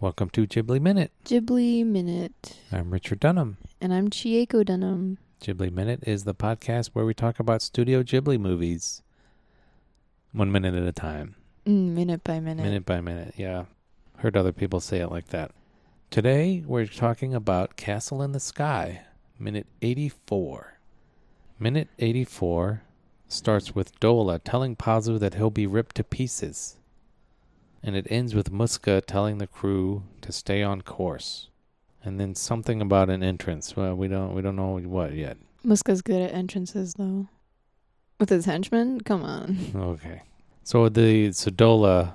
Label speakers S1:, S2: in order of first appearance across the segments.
S1: Welcome to Ghibli Minute.
S2: Ghibli Minute.
S1: I'm Richard Dunham.
S2: And I'm Chieko Dunham.
S1: Ghibli Minute is the podcast where we talk about Studio Ghibli movies one minute at a time,
S2: Mm, minute by minute.
S1: minute by minute. Yeah. Heard other people say it like that. Today, we're talking about Castle in the Sky, minute 84. Minute 84 starts with Dola telling Pazu that he'll be ripped to pieces. And it ends with Muska telling the crew to stay on course. And then something about an entrance. Well, we don't we don't know what yet.
S2: Muska's good at entrances, though. With his henchmen? Come on.
S1: Okay. So the so Dola,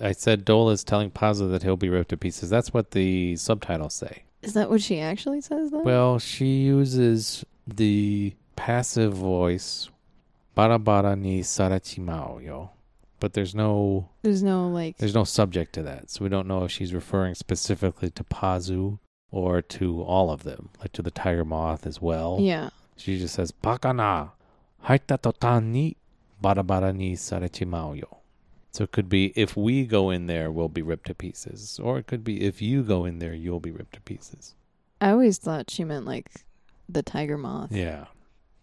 S1: I said Dola is telling Paza that he'll be ripped to pieces. That's what the subtitles say.
S2: Is that what she actually says, though?
S1: Well, she uses the passive voice, bara bara ni sarachimao yo, but there's no
S2: There's no, like,
S1: there's no subject to that, so we don't know if she's referring specifically to Pazu or to all of them, like to the tiger moth as well.
S2: yeah.
S1: She just says, Bakana, haita totan ni barabara ni sarechimao yo." So it could be, if we go in there, we'll be ripped to pieces. Or it could be, if you go in there, you'll be ripped to pieces.
S2: I always thought she meant, like, the tiger moth,
S1: Yeah.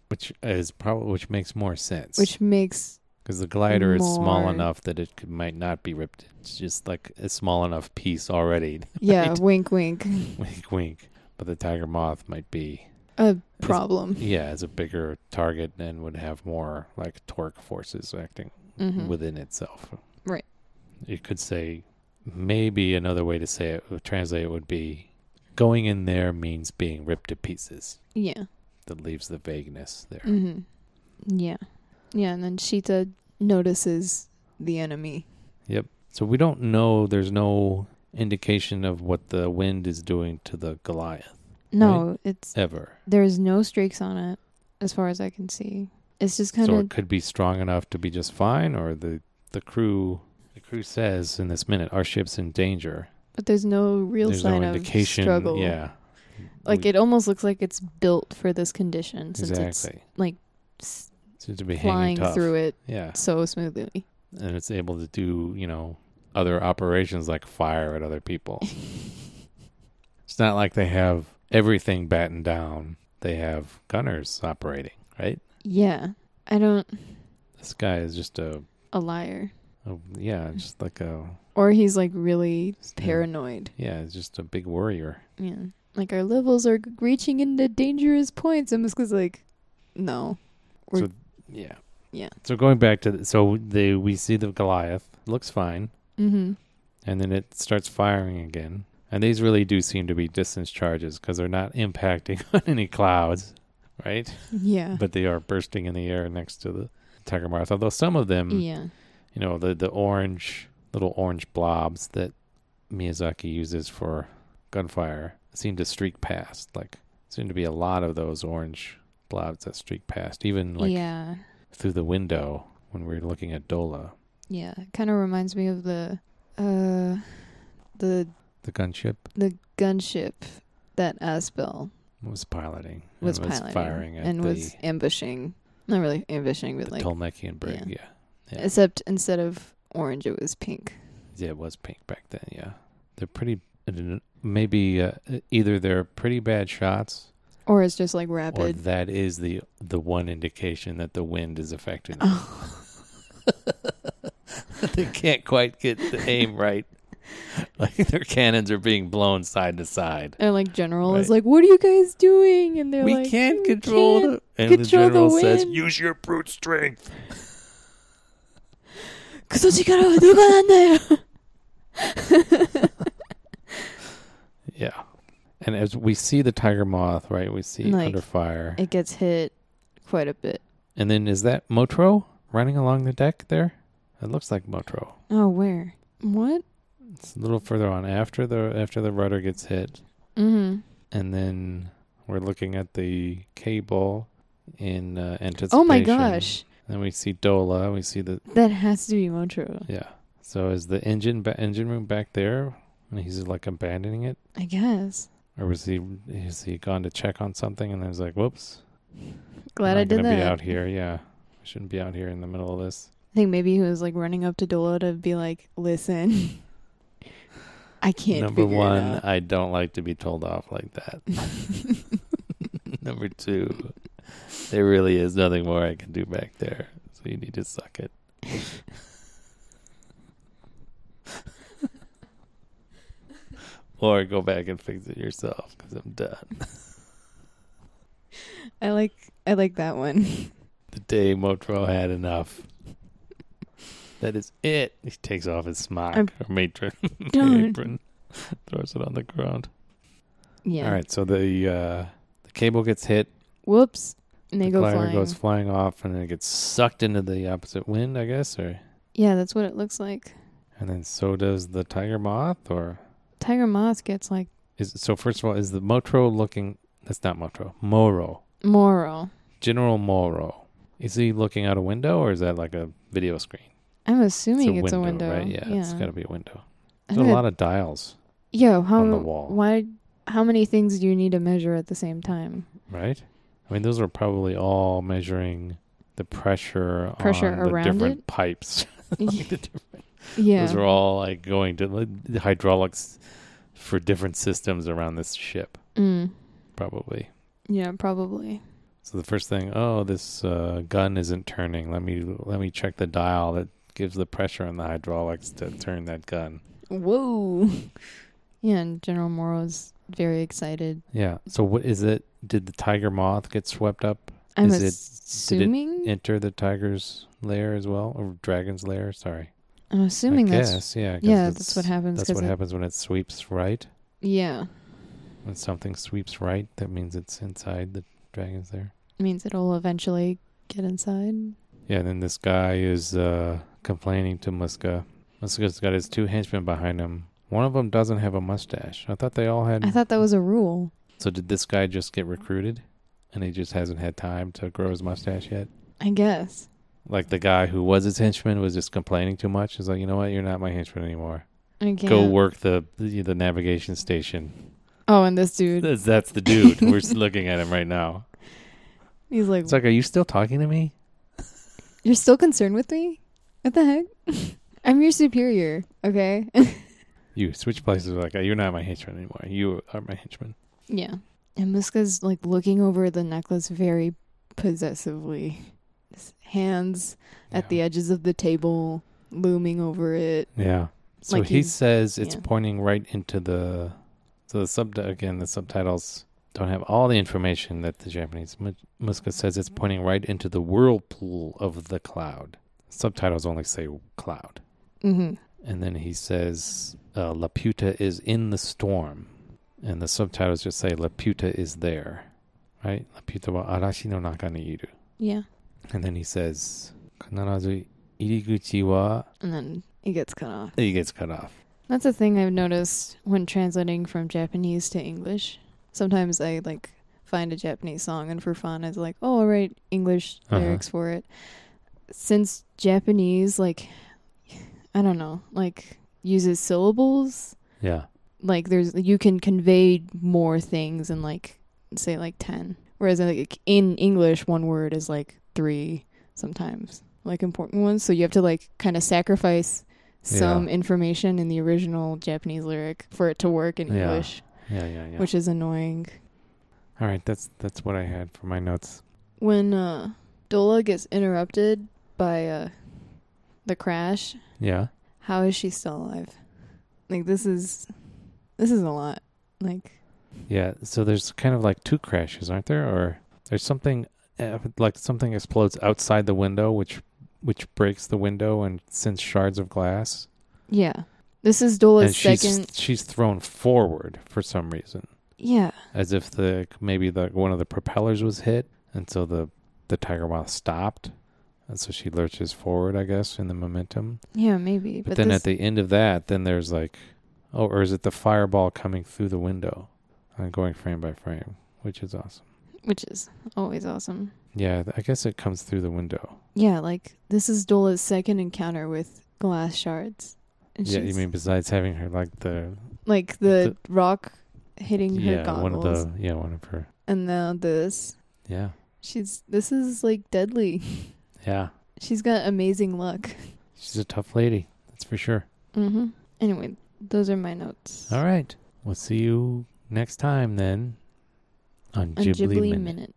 S1: Which is probably, which makes more sense.
S2: which makes,
S1: Because the glider is small
S2: more-
S1: enough that it could, might not be ripped. It's just like a small enough piece already.
S2: yeah,
S1: Right.
S2: wink, wink,
S1: wink, wink. But the tiger moth might be,
S2: a problem.
S1: yeah, is a bigger target and would have more like torque forces acting
S2: Mhm.
S1: within itself.
S2: Right.
S1: You could say maybe another way to say it, would translate it would be going in there means being ripped to pieces.
S2: Yeah.
S1: That leaves the vagueness there.
S2: hmm Yeah. Yeah, and then Sheeta notices the enemy.
S1: So we don't know. There's no indication of what the wind is doing to the Goliath
S2: No, it's,
S1: ever.
S2: there's no streaks on it, as far as I can see. It's just kind
S1: so
S2: of
S1: it could be strong enough to be just fine, or the the crew. The crew says in this minute, our ship's in danger.
S2: But there's no real
S1: There's
S2: sign
S1: no
S2: of
S1: indication.
S2: struggle.
S1: Yeah.
S2: Like
S1: We-
S2: it almost looks like it's built for this condition since
S1: exactly.
S2: it's
S1: Seems to be
S2: s- flying
S1: hanging tough.
S2: through it
S1: Yeah.
S2: so smoothly.
S1: and it's able to do you know other operations like fire at other people it's not like they have everything battened down they have gunners operating right
S2: Yeah. I don't
S1: this guy is just a,
S2: a liar.
S1: a yeah just like a
S2: Or he's like really
S1: just a-
S2: paranoid.
S1: yeah he's just a big worrier
S2: Yeah. Like our levels are g- reaching into dangerous points and Muska's like no. We're-
S1: so yeah
S2: yeah.
S1: so going back to the, so they we see the goliath looks fine
S2: Mhm.
S1: and then it starts firing again and these really do seem to be distance charges because they're not impacting on any clouds right
S2: Yeah.
S1: but they are bursting in the air next to the tiger moth. Although some of them,
S2: yeah.
S1: you know, the the orange little orange blobs that Miyazaki uses for gunfire seem to streak past. Like seem to be a lot of those orange blobs that streak past, even like
S2: yeah.
S1: through the window when we're looking at Dola,
S2: Yeah. Kind of reminds me of the uh the
S1: the gunship
S2: the gunship that Aspel
S1: was piloting, and
S2: was, piloting
S1: firing at
S2: and
S1: the,
S2: was ambushing. Not really ambushing, but
S1: the
S2: like
S1: Tolmekian brig.
S2: yeah.
S1: yeah, yeah.
S2: except instead of orange, it was pink.
S1: Yeah, it was pink back then. Yeah, they're pretty. Maybe uh, either they're pretty bad shots,
S2: Or it's just like
S1: or
S2: rapid.
S1: that is the the one indication that the wind is affecting them.
S2: Oh,
S1: they can't quite get the aim right. Like their cannons are being blown side to side.
S2: and like general is like, "What are you guys doing?" And they're
S1: we
S2: like,
S1: can't
S2: "We
S1: control
S2: can't."
S1: the and
S2: control the
S1: the general says,
S2: wind.
S1: "Use your brute strength."
S2: クソ力はどこなんだよ。
S1: Yeah, and as we see the tiger moth, right, we see
S2: Like,
S1: under fire,
S2: It gets hit quite a bit.
S1: and then is that Motro running along the deck there? It looks like Motro.
S2: Oh, where? What?
S1: It's a little further on after the after the rudder gets hit,
S2: Mm-hmm.
S1: and then we're looking at the cable in uh, anticipation.
S2: Oh my gosh,
S1: Then we see Dola. We see the
S2: that has to be Montro.
S1: yeah. So is the engine ba- engine room back there? And he's like abandoning it,
S2: I guess.
S1: or was he has he gone to check on something and then was like, "Whoops, I'm
S2: Glad I
S1: not
S2: did
S1: gonna
S2: that.
S1: Be out here, yeah. I shouldn't be out here in the middle of this.
S2: I think maybe he was like running up to Dola to be like, listen, I can't
S1: Number
S2: figure
S1: one, uh,
S2: it out.
S1: I don't like to be told off like that. Number two, there really is nothing more I can do back there. So you need to suck it. or go back and fix it yourself because I'm done.
S2: I like I like that one.
S1: The day Motro had enough. That is it. He takes off his smock
S2: I'm
S1: or matron
S2: done.
S1: apron, throws it on the ground.
S2: Yeah.
S1: All right, so the uh, the cable gets hit.
S2: Whoops. And they
S1: the
S2: go
S1: glider
S2: flying.
S1: goes flying off, and then it gets sucked into the opposite wind, I guess, or
S2: Yeah, that's what it looks like.
S1: and then so does the tiger moth, or
S2: Tiger Moth gets like
S1: is so. First of all, is the Motro looking? That's not Motro. Moro,
S2: Moro.
S1: General Moro. Is he looking out a window, or is that like a video screen?
S2: I'm assuming it's, a, window,
S1: right? Yeah, it's got to be a window.
S2: I
S1: There's a
S2: think
S1: lot of dials,
S2: that- Yo, how
S1: on the wall.
S2: why? How many things do you need to measure at the same time?
S1: right? I mean, those are probably all measuring the pressure,
S2: Pressure
S1: on
S2: around
S1: the different
S2: it?
S1: pipes.
S2: yeah.
S1: The
S2: yeah.
S1: Those are all like going to like, the hydraulics for different systems around this ship,
S2: Mm.
S1: probably.
S2: Yeah, probably.
S1: So the first thing, oh, this uh, gun isn't turning. Let me let me check the dial that gives the pressure on the hydraulics to turn that gun.
S2: Whoa. Yeah, and General Moro's very excited.
S1: Yeah. So what is it? Did the tiger moth get swept up?
S2: I'm
S1: Is it- did it
S2: assuming.
S1: Enter the tiger's lair as well, or dragon's lair? Sorry.
S2: I'm assuming
S1: I
S2: that's
S1: guess. Yeah. 'cause
S2: yeah. That's
S1: it's-
S2: what happens.
S1: That's
S2: 'cause
S1: what
S2: it-
S1: happens when it sweeps right.
S2: Yeah,
S1: When something sweeps right, that means it's inside the dragon's lair.
S2: means it'll eventually get inside.
S1: Yeah, and then this guy is uh, complaining to Muska. Muska's got his two henchmen behind him. One of them doesn't have a mustache. I thought they all had.
S2: I thought that was a rule.
S1: so did this guy just get recruited, and he just hasn't had time to grow his mustache yet?
S2: I guess.
S1: Like the guy who was his henchman was just complaining too much. He's like, you know what, you're not my henchman anymore.
S2: I can't.
S1: Go work the the, the navigation station.
S2: Oh, and this dude,
S1: That's, that's the dude. We're s- looking at him right now.
S2: he's like,
S1: It's like, are you still talking to me?
S2: "You're still concerned with me? What the heck? I'm your superior, okay?"
S1: You switch places. Like, you're not my henchman anymore. You are my henchman.
S2: yeah. And Muska's like looking over the necklace very possessively, His hands at the
S1: Yeah.
S2: edges of the table, looming over it.
S1: Yeah. So
S2: Like
S1: he
S2: he's-
S1: says it's
S2: yeah.
S1: pointing right into the. So the sub again the subtitles don't have all the information that the Japanese Mu- Muska says
S2: Mm-hmm.
S1: it's pointing right into the whirlpool of the cloud. Subtitles only say cloud,
S2: Mm-hmm.
S1: and then he says uh, Laputa is in the storm, and the subtitles just say Laputa is there, right? Laputa wa arashi no naka ni iru,
S2: Yeah.
S1: and then he says Kanarazu iriguchi wa.
S2: And then he gets cut off.
S1: He gets cut off.
S2: That's a thing I've noticed when translating from Japanese to English. Sometimes I like find a Japanese song and for fun I was like, "Oh, I'll write English
S1: Uh-huh.
S2: lyrics for it." Since Japanese like I don't know, like uses syllables,
S1: Yeah.
S2: like there's you can convey more things in like say like 10. Whereas like in English one word is like 3 sometimes, like important ones, so you have to like kind of sacrifice some
S1: Yeah.
S2: information in the original Japanese lyric for it to work in
S1: Yeah.
S2: English,
S1: Yeah. Yeah. Yeah.
S2: which is annoying.
S1: All right, that's that's what I had for my notes.
S2: When uh Dola gets interrupted by uh the crash,
S1: Yeah.
S2: how is she still alive? Like this is this is a lot. Like
S1: Yeah, so there's kind of like two crashes, aren't there? Or there's something uh, like something explodes outside the window which which breaks the window and sends shards of glass.
S2: yeah. This is Dola's
S1: and she's
S2: second
S1: she's thrown forward for some reason,
S2: Yeah.
S1: as if the maybe the one of the propellers was hit and so the the tiger moth stopped. And so she lurches forward, I guess, in the momentum.
S2: Yeah, maybe.
S1: But,
S2: But,
S1: then
S2: this,
S1: at the end of that, then there's like, oh, or is it the fireball coming through the window? I'm going frame by frame, which is awesome.
S2: which is always awesome.
S1: Yeah, th- I guess it comes through the window.
S2: Yeah, like this is Dola's second encounter with glass shards. And
S1: yeah, you
S2: she's-
S1: mean besides having her like the
S2: like the, rock hitting her
S1: yeah one of
S2: goggles
S1: the yeah one of her
S2: and now this
S1: yeah
S2: she's this is like deadly
S1: yeah
S2: she's got amazing luck
S1: she's a tough lady that's for sure.
S2: mm-hmm. anyway Those are my notes.
S1: All right. We'll see you next time then on
S2: A
S1: Ghibli,
S2: Ghibli
S1: Minute.
S2: minute.